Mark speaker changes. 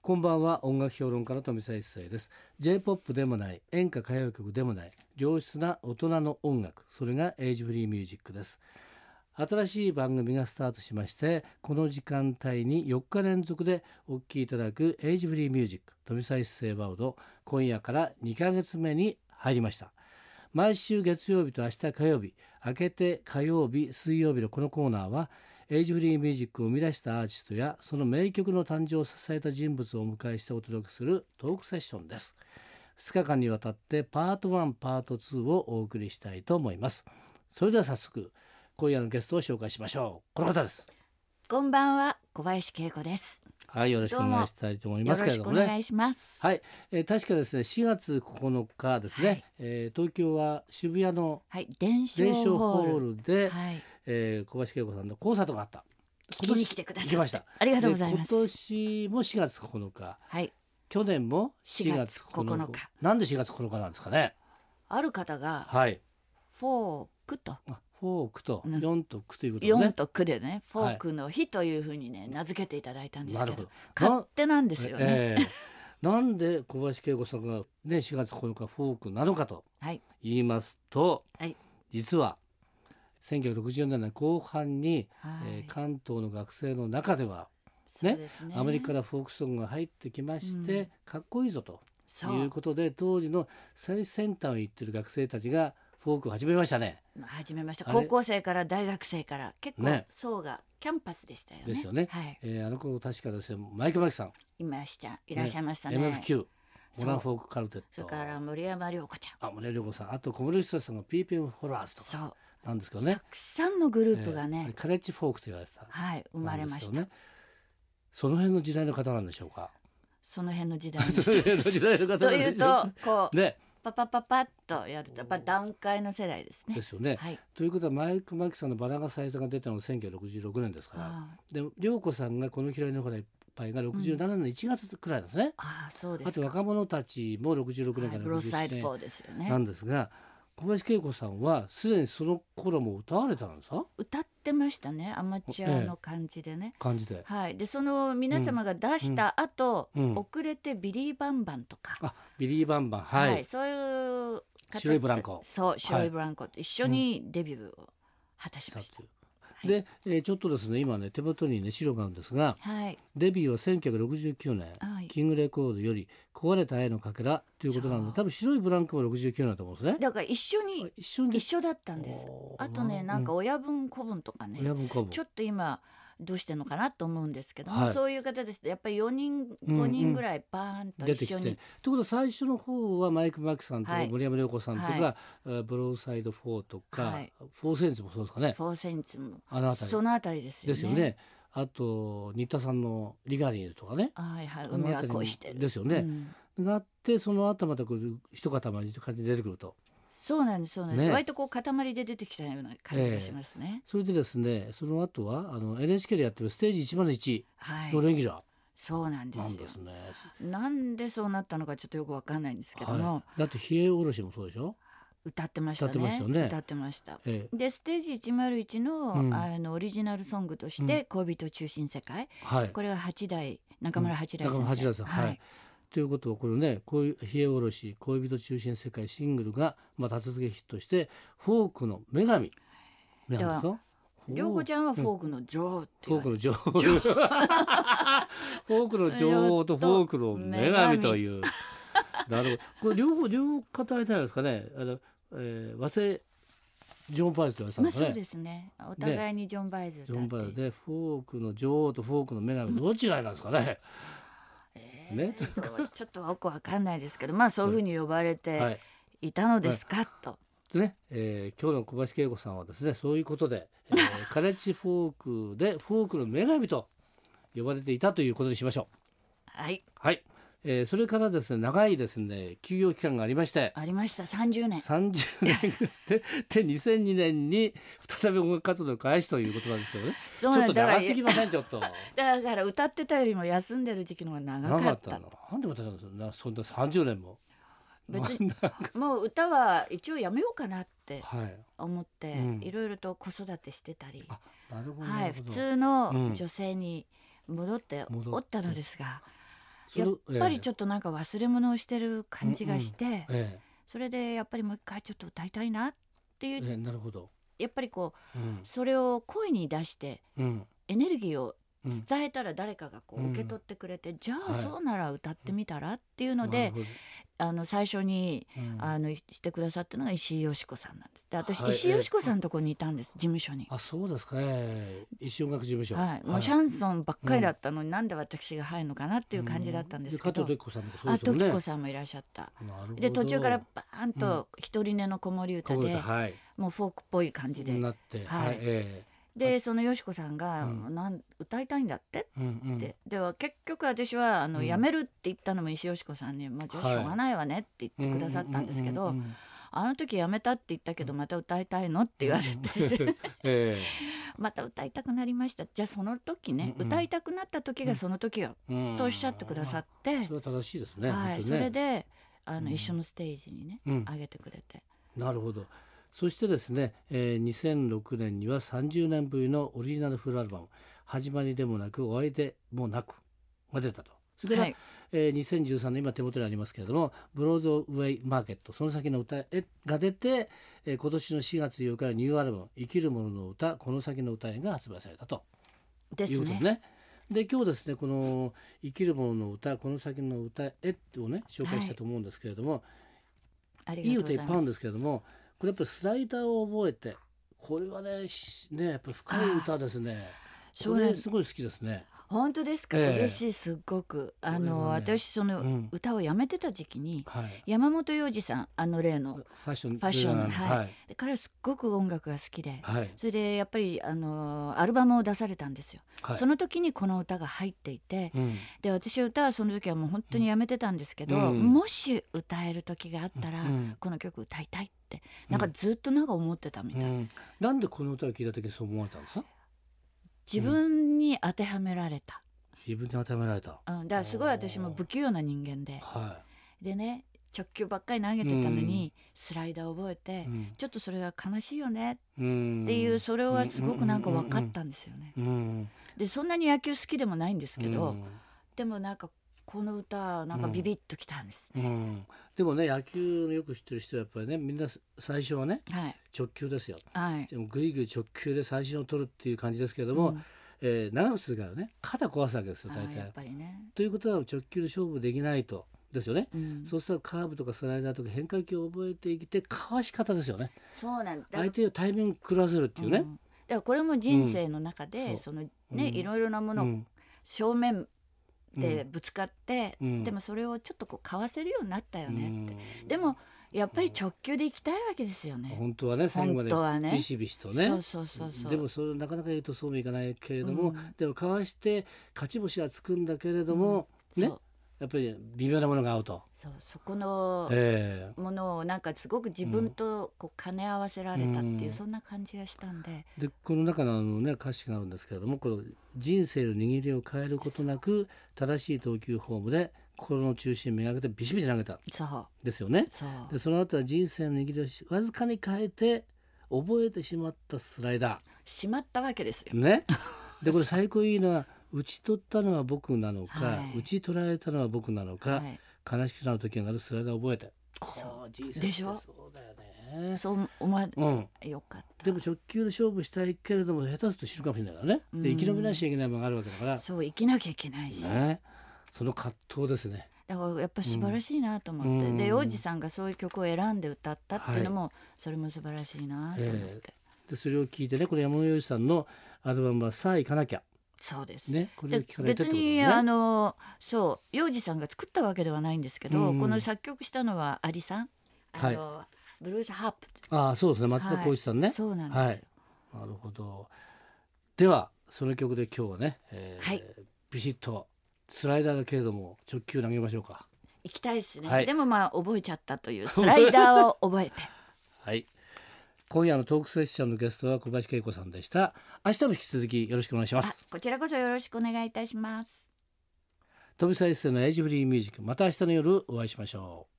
Speaker 1: こんばんは音楽評論家の富澤一世です J-POP でもない演歌歌謡曲でもない良質な大人の音楽それがエイジフリーミュージックです新しい番組がスタートしましてこの時間帯に4日連続でお聴きいただくエイジフリーミュージック富澤一世バウド今夜から2ヶ月目に入りました毎週月曜日と明日火曜日明けて火曜日水曜日のこのコーナーはエイジフリーミュージックを生み出したアーティストやその名曲の誕生を支えた人物をお迎えしてお届けするトークセッションです2日間にわたってパート1パート2をお送りしたいと思いますそれでは早速今夜のゲストを紹介しましょうこの方です
Speaker 2: こんばんは、小林恵子です。
Speaker 1: はいよろしくお願いしたいと思い
Speaker 2: よろ
Speaker 1: ますけれ
Speaker 2: し
Speaker 1: ど
Speaker 2: く
Speaker 1: も
Speaker 2: お
Speaker 1: ね
Speaker 2: 願いします。
Speaker 1: はい、えー確かですね4月9日ですね、
Speaker 2: はい
Speaker 1: えー東京は渋谷の
Speaker 2: はい、伝承
Speaker 1: 伝承
Speaker 2: ホ
Speaker 1: ホ
Speaker 2: ール。
Speaker 1: ールで、
Speaker 2: はい、
Speaker 1: えー小林恵子さんのコンサートがあった
Speaker 2: 聞きに来てくださ
Speaker 1: 行
Speaker 2: い。
Speaker 1: きました
Speaker 2: ありがとうございま。
Speaker 1: です今年も4月9日
Speaker 2: はい、
Speaker 1: 去年も4月9日
Speaker 2: 4月9日
Speaker 1: なんで4月9日なんですかね
Speaker 2: ある方が
Speaker 1: はい
Speaker 2: フォークと。
Speaker 1: あフォークと
Speaker 2: うん
Speaker 1: 4と9ということで
Speaker 2: 四
Speaker 1: ね、
Speaker 2: と九でね、フォークの日というふうにね、名付けていただいたんです
Speaker 1: な
Speaker 2: け
Speaker 1: る
Speaker 2: ど。
Speaker 1: ほど
Speaker 2: 勝手なんですよね。
Speaker 1: えーなんで小林恵子さんがね4月9日フォークなのかと
Speaker 2: はい、
Speaker 1: 言いますと、
Speaker 2: はい
Speaker 1: 実は1960年代後半に、
Speaker 2: はい、
Speaker 1: えー関東の学生の中では
Speaker 2: そうですね
Speaker 1: アメリカからフォークソングが入ってきまして、
Speaker 2: うん
Speaker 1: かっこいいぞと
Speaker 2: そ
Speaker 1: いう
Speaker 2: う、
Speaker 1: ことで当時の最先端を行ってる学生たちがフォークを始めましたね。
Speaker 2: 始めました。
Speaker 1: あれ
Speaker 2: 高校生から大学生から、結構
Speaker 1: ね
Speaker 2: 層がキャンパスでしたよね。
Speaker 1: ですよね
Speaker 2: はい、
Speaker 1: えーあの頃確かですねマイケルマキさん、
Speaker 2: いました。いらっしゃいましたね。
Speaker 1: MFQ
Speaker 2: そう
Speaker 1: モダンフォークカルテッ
Speaker 2: それ
Speaker 1: ト
Speaker 2: から森山良子ちゃん。
Speaker 1: あ森良子さんあと小室仁さんの PPM フォロワーズと
Speaker 2: そ
Speaker 1: か
Speaker 2: う、
Speaker 1: なんですけどね
Speaker 2: たくさんのグループが
Speaker 1: えー
Speaker 2: ね、
Speaker 1: カレッジフォークと言われてた
Speaker 2: はい、生まれました。
Speaker 1: なんですよねその辺の時代の方なんでしょうか
Speaker 2: その辺の時代に。
Speaker 1: その辺の時代の方
Speaker 2: と
Speaker 1: なん
Speaker 2: い
Speaker 1: で
Speaker 2: う
Speaker 1: しょ
Speaker 2: と、こう、
Speaker 1: ね
Speaker 2: パパパパッとやると、やっぱ段階の世代ですね
Speaker 1: で。すよね、
Speaker 2: はい。
Speaker 1: ということはマイク・マキさんの「バラが咲いた」が出たのが1966年ですから
Speaker 2: あ
Speaker 1: で涼子さんが「この嫌いのほらいっぱい」が67年1月くらいですね、
Speaker 2: あ、そうで
Speaker 1: あと
Speaker 2: すか。
Speaker 1: 若者たちも66年
Speaker 2: は
Speaker 1: から
Speaker 2: いブローサイド
Speaker 1: 67
Speaker 2: 4ですよ
Speaker 1: 年な
Speaker 2: ね。
Speaker 1: んですが小林恵子さんはすでにその頃も歌われたんですか
Speaker 2: 歌ってましたね、アマチュアの感じでね。
Speaker 1: 感じで。
Speaker 2: はい、で、その皆様が出した後、
Speaker 1: うん
Speaker 2: 遅れてビリーバンバンとか。
Speaker 1: あビリー・バンバンはい、
Speaker 2: そういう方。
Speaker 1: 白いブランコ
Speaker 2: そう、白いブランコと一緒にデビューを果たし
Speaker 1: さ
Speaker 2: ま
Speaker 1: あ
Speaker 2: した
Speaker 1: と。いうで、えーちょっとですね今ね手元にね資料があるんですが
Speaker 2: はい。
Speaker 1: デビューは1969年、
Speaker 2: はい
Speaker 1: キングレコードより「壊れた愛のかけら」ということなので
Speaker 2: そう
Speaker 1: 多分白いブランコも69年だと思うんですね。
Speaker 2: だから一緒に
Speaker 1: 一緒に
Speaker 2: 一緒だったんです
Speaker 1: お。ー
Speaker 2: あとね
Speaker 1: なるほど
Speaker 2: なんか親分子分とかね、
Speaker 1: 親分子分
Speaker 2: ちょっと今どうしてんのかなと思うんですけども、
Speaker 1: はい
Speaker 2: そういう方ですとやっぱり4人
Speaker 1: うん
Speaker 2: 5人ぐらいバーンと
Speaker 1: 出てき
Speaker 2: 一
Speaker 1: て。
Speaker 2: 緒
Speaker 1: と
Speaker 2: に、
Speaker 1: いうことは最初の方はマイク・マークさんとか
Speaker 2: はい
Speaker 1: 森山良子さんとか、
Speaker 2: は
Speaker 1: えーブローサイド4とか、
Speaker 2: はい
Speaker 1: フォーセンズもそうですかね
Speaker 2: フォーセンツも
Speaker 1: あの辺り
Speaker 2: そのあたりですよね。
Speaker 1: ですよね。あと新田さんの「リガリー」とかね
Speaker 2: はいはい
Speaker 1: あの
Speaker 2: 海は
Speaker 1: 辺りも
Speaker 2: 恋してる。
Speaker 1: ですよね
Speaker 2: うん
Speaker 1: があってその後またこう一塊という感じで出てくると。
Speaker 2: そうなんですそうなんです、
Speaker 1: ね
Speaker 2: 割とこう塊で出てきたような感じがしますね。
Speaker 1: それでですねその後はあの NHK でやってるステージ101の
Speaker 2: はい
Speaker 1: レギュラ
Speaker 2: そうなん
Speaker 1: ー
Speaker 2: で
Speaker 1: な
Speaker 2: す
Speaker 1: ん
Speaker 2: よ
Speaker 1: で。すね。
Speaker 2: なんでそうなったのかちょっとよくわかんないんですけども、
Speaker 1: はい、だって冷えおろしもそうでしょ。
Speaker 2: 歌ってましたね
Speaker 1: 歌ってましたよね
Speaker 2: 歌ってました
Speaker 1: え
Speaker 2: でステージ101の,、
Speaker 1: うん
Speaker 2: あのオリジナルソングとして「恋人中心世界
Speaker 1: え、はい」。
Speaker 2: これは八代中村八代先生、
Speaker 1: うん中村八大さんはいということはこのねこういう冷えおろし恋人中心世界シングルがまた続けヒットしてフォークの女神なんですよ。
Speaker 2: 涼子ち
Speaker 1: ゃん
Speaker 2: ゃんはフォークの女王って
Speaker 1: フォー
Speaker 2: 言わ
Speaker 1: ク
Speaker 2: れ
Speaker 1: の女王フォ ークの女王とフォークの女神というなるほどこれ両方両方あれじゃないですかねあの、えー、和製ジョン・パイズと言われてたん
Speaker 2: まあ
Speaker 1: ですかね
Speaker 2: そう。ですねお互いにジョン・バイズ
Speaker 1: ジ
Speaker 2: 歌
Speaker 1: ョ
Speaker 2: っ
Speaker 1: ン・
Speaker 2: て
Speaker 1: バイオでフォークの女王とフォークの女神どっちがいなんですかね。
Speaker 2: え
Speaker 1: ね
Speaker 2: ーどうちょっとよくわかんないですけどまあそういうふうに呼ばれ
Speaker 1: は
Speaker 2: て
Speaker 1: い。
Speaker 2: いたのですか、と
Speaker 1: でね、えー今日の小林恵子さんはですねそういうことで、え ーカレッジフォークでフォークの女神と呼ばれていたということにしましょう。
Speaker 2: はい
Speaker 1: はい。えーそれからですね長いですね休業期間がありまして。
Speaker 2: ありました30年
Speaker 1: 30年ぐ らいでで2002年に再び音楽活動を開始ということなんですけどねち
Speaker 2: そ
Speaker 1: ょ
Speaker 2: う
Speaker 1: っ
Speaker 2: なん
Speaker 1: と
Speaker 2: だから
Speaker 1: 長すぎませんちょっと
Speaker 2: だから歌ってたよりも休んでる時期の方が 長
Speaker 1: 長
Speaker 2: か
Speaker 1: か
Speaker 2: っ
Speaker 1: ったたのなんでまたなんですなそんな30年も
Speaker 2: 別にもう歌は一応やめようかなって
Speaker 1: はい
Speaker 2: 思って、
Speaker 1: うん
Speaker 2: いろいろと子育てしてたり、
Speaker 1: あなるほど
Speaker 2: は、
Speaker 1: ないる
Speaker 2: 普
Speaker 1: ほど
Speaker 2: 通の女性に戻って
Speaker 1: 戻って
Speaker 2: おったのですが、
Speaker 1: そ
Speaker 2: や
Speaker 1: れ
Speaker 2: っぱり
Speaker 1: ょ
Speaker 2: ちょっとなんか忘れ物をしてる感じがして、
Speaker 1: っえ
Speaker 2: それでやっぱりもう一回ちょっと歌いたいなってい
Speaker 1: え
Speaker 2: う、
Speaker 1: ええなるほど。
Speaker 2: やっぱりこ
Speaker 1: うん
Speaker 2: うそれを声に出して
Speaker 1: うん
Speaker 2: エネルギーを
Speaker 1: うん。
Speaker 2: 伝えたら誰かがこ
Speaker 1: うん
Speaker 2: う受け取ってくれて、じゃあ
Speaker 1: はい
Speaker 2: そうなら歌ってみたらっていうの
Speaker 1: な
Speaker 2: で
Speaker 1: る、ほど
Speaker 2: あの最初に、
Speaker 1: うん
Speaker 2: あのしてくださったのが石井よしこさんなんです。で私、
Speaker 1: はい
Speaker 2: 石井よしこさんのとこにいたんです事務所に。
Speaker 1: あそうですか。ええ一音楽事務所。
Speaker 2: はい、もうシャンソンばっかりだったのに、なんで私が入るのかなっていう感じだったんですけど、
Speaker 1: う加藤時子さんもそう
Speaker 2: あ
Speaker 1: ですよ
Speaker 2: と
Speaker 1: ね。
Speaker 2: きこさんもいらっしゃった。
Speaker 1: なるほど
Speaker 2: で途中からバーンと一人寝の子守歌
Speaker 1: こぼれ
Speaker 2: で、
Speaker 1: たはい。
Speaker 2: もうフォークっぽい感じで、
Speaker 1: なって
Speaker 2: はい
Speaker 1: はい。え
Speaker 2: でそのよしこさんが、
Speaker 1: う
Speaker 2: なん歌いたいんだって
Speaker 1: えうんう
Speaker 2: っ
Speaker 1: ん。
Speaker 2: て、では結局私はあの、
Speaker 1: うん
Speaker 2: 辞めるって言ったのも石よしこさんに「まあ、じゃあ
Speaker 1: は
Speaker 2: し
Speaker 1: い
Speaker 2: ょうがないわね」って言ってくださったんですけど「
Speaker 1: うううんうん
Speaker 2: あの時辞めたって言ったけどまた歌いたいの?」って言われて
Speaker 1: うん え
Speaker 2: 「また歌いたくなりました」じゃあその時ね、
Speaker 1: うんうん
Speaker 2: 歌いたくなった時がその時よ、
Speaker 1: えうん
Speaker 2: とおっしゃってくださって、
Speaker 1: それは正しいですね。
Speaker 2: は
Speaker 1: 本
Speaker 2: い、
Speaker 1: 当
Speaker 2: そ
Speaker 1: ね
Speaker 2: れであの、
Speaker 1: うん
Speaker 2: 一緒のステージにね
Speaker 1: うん
Speaker 2: 上げてくれて。
Speaker 1: なるほど。そしてですね、えー、2006年には30年ぶりのオリジナルフルアルバム「始まりでもなく終わりでもなく」が出たと。それから、
Speaker 2: はい
Speaker 1: えー2013年今手元にありますけれどもブロードウェイマーケットその先の歌えが出て、えー今年の4月8日にニューアルバム「生きる者の歌この先の歌え」が発売されたと
Speaker 2: で
Speaker 1: いう
Speaker 2: す
Speaker 1: こと
Speaker 2: ね
Speaker 1: ね。で今日ですねこの「生きる者の歌この先の歌え」をね紹介したいと思うんですけれども、
Speaker 2: あ
Speaker 1: い
Speaker 2: り
Speaker 1: い
Speaker 2: が
Speaker 1: 歌
Speaker 2: と
Speaker 1: いうっぱ
Speaker 2: ご
Speaker 1: いあ
Speaker 2: ざい
Speaker 1: るん
Speaker 2: ま。
Speaker 1: ですすけれどもこれやっぱりスライダーを覚えてこれはねしねやっぱり深い歌ですね
Speaker 2: そ
Speaker 1: こ
Speaker 2: う
Speaker 1: れ
Speaker 2: です
Speaker 1: すごい好きですね
Speaker 2: 本当ですか、
Speaker 1: ええ
Speaker 2: 嬉しいすっごくあ
Speaker 1: こ
Speaker 2: の、
Speaker 1: れはね
Speaker 2: 私その、
Speaker 1: うん
Speaker 2: 歌をやめてた時期に
Speaker 1: はい
Speaker 2: 山本洋次さんあの例の
Speaker 1: ファッション
Speaker 2: ファッション
Speaker 1: デザイナー
Speaker 2: はいで彼はすっごく音楽が好きで
Speaker 1: はいはい
Speaker 2: それでやっぱりあのアルバムを出されたんですよ、
Speaker 1: はい
Speaker 2: その時にこの歌が入っていて
Speaker 1: うん
Speaker 2: で私は歌はその時はもう本当にやめてたんですけど、
Speaker 1: うん
Speaker 2: もし歌える時があったら、
Speaker 1: うん
Speaker 2: この曲歌いたいってなんかずっとなんか思ってたみた
Speaker 1: う
Speaker 2: い、
Speaker 1: んなんでこの歌を聴いた時そう思われたんですか
Speaker 2: 自分に当てはめられた、
Speaker 1: 自分で当てはめられた
Speaker 2: うん、だからすごい私も不器用な人間で
Speaker 1: は
Speaker 2: でね直球ばっかり投げてたのに、スライダー覚え
Speaker 1: い
Speaker 2: て、
Speaker 1: うん
Speaker 2: ちょっとそれが悲しいよね
Speaker 1: うん
Speaker 2: っていう、それはすごくなんか分かったんですよね。
Speaker 1: うん
Speaker 2: でそんなに野球好きでもないんですけ
Speaker 1: う
Speaker 2: ど、
Speaker 1: ん
Speaker 2: でもなんかこの歌なんかビビッときたんです。
Speaker 1: うんでもね野球のよく知ってる人はやっぱりねみんな最初はね
Speaker 2: はい
Speaker 1: 直球ですよ
Speaker 2: はい。
Speaker 1: でもぐいぐい直球で最新を取るっていう感じですけれども、
Speaker 2: うん
Speaker 1: えー長く続くからね肩壊すわけですよ大
Speaker 2: あーや
Speaker 1: 体
Speaker 2: っ。ぱりね。
Speaker 1: ということは直球で勝負できないとですよね。
Speaker 2: うん
Speaker 1: そうしたらカーブとかスライダーとか変化球を覚えてきてかわし方ですよね。
Speaker 2: そうなんだ
Speaker 1: 相手をタイミング狂わせるっていう
Speaker 2: う
Speaker 1: ね。
Speaker 2: んだからこれも人生の中
Speaker 1: うん
Speaker 2: で、
Speaker 1: そう
Speaker 2: そのね、
Speaker 1: うん
Speaker 2: いろいろなも
Speaker 1: う
Speaker 2: の
Speaker 1: ん
Speaker 2: 正面
Speaker 1: うん
Speaker 2: でぶつかって、
Speaker 1: うん
Speaker 2: でもそれをちょっとこうかわせるようになったよねって。
Speaker 1: うん
Speaker 2: でもやっぱり直球で行きたいわけですよね。
Speaker 1: 本当はね最後まで
Speaker 2: 本当はね
Speaker 1: ビシビシとね。
Speaker 2: そうそうそうそう。
Speaker 1: でもそれなかなか言うとそうもいかないけれども、
Speaker 2: うん
Speaker 1: でもかわして勝ち星はつくんだけれども、ね
Speaker 2: そう
Speaker 1: やっぱり微妙なものが合うと。
Speaker 2: そうそこの
Speaker 1: え
Speaker 2: ものをなんかすごく自分とこう兼ね合わせられたっていう、
Speaker 1: うん
Speaker 2: そんな感じがしたんで、
Speaker 1: えでこの中のあの、ね、歌詞があるんですけれどもこの人生の握りを変えることなく正しい投球フォームで心の中心めがけてビシビシ投げたん
Speaker 2: そう
Speaker 1: ですよね。
Speaker 2: そう
Speaker 1: でその後は人生の握りをしわずかに変えて覚えてしまったスライダ
Speaker 2: しまったわけですよ
Speaker 1: ー。。 ね、でこれ最高いいのは打ち取ったのは僕なのか、
Speaker 2: はい
Speaker 1: 打ち取られたのは僕なのか、
Speaker 2: はい
Speaker 1: 悲しくなる時があるスライダーを覚えて。
Speaker 2: そう
Speaker 1: こう人生
Speaker 2: でしょ
Speaker 1: ってそうだよね。
Speaker 2: そう思わ
Speaker 1: うん
Speaker 2: よかった。
Speaker 1: でも直球で勝負したいけれども下手すると死ぬかもしれないからね。で
Speaker 2: うん
Speaker 1: 生き延びなきゃいけないものがあるわけだから。
Speaker 2: そう生きなきゃいけないし、
Speaker 1: ね。その葛藤ですね。
Speaker 2: だからやっぱ素晴らしいなと思って、
Speaker 1: うん
Speaker 2: で王子さんがそういう曲を選んで歌ったっていうのも、それも素晴らしいなと思って、
Speaker 1: えでそれを聞いてねこの山本洋次さんのアルバムはさあ行かなきゃ
Speaker 2: そうです。
Speaker 1: ねこれを
Speaker 2: で
Speaker 1: 聞かれてっ
Speaker 2: 別
Speaker 1: てこと
Speaker 2: に、
Speaker 1: ね。
Speaker 2: あのそう洋二さんが作ったわけではないんですけど、
Speaker 1: うん
Speaker 2: この作曲したのはアリさんあの、ブルースハープ
Speaker 1: ああそうですね松田
Speaker 2: はい
Speaker 1: 浩一さんね。
Speaker 2: そうなんですよ、
Speaker 1: はい。なるほど。ではその曲で今日はね、えー
Speaker 2: はい
Speaker 1: ビシッとスライダーだけれども直球投げましょうか。
Speaker 2: 行きたいですね、
Speaker 1: はい
Speaker 2: でもまあ覚えちゃった というスライダーを覚えて
Speaker 1: はい。今夜のトークセッションのゲストは小林恵子さんでした。明日も引き続きよろしくお願いしま
Speaker 2: あ
Speaker 1: す。
Speaker 2: こちらこそよろしくお願いいたします
Speaker 1: 富澤一世のエイジフリーミュージック、また明日の夜お会いしましょう。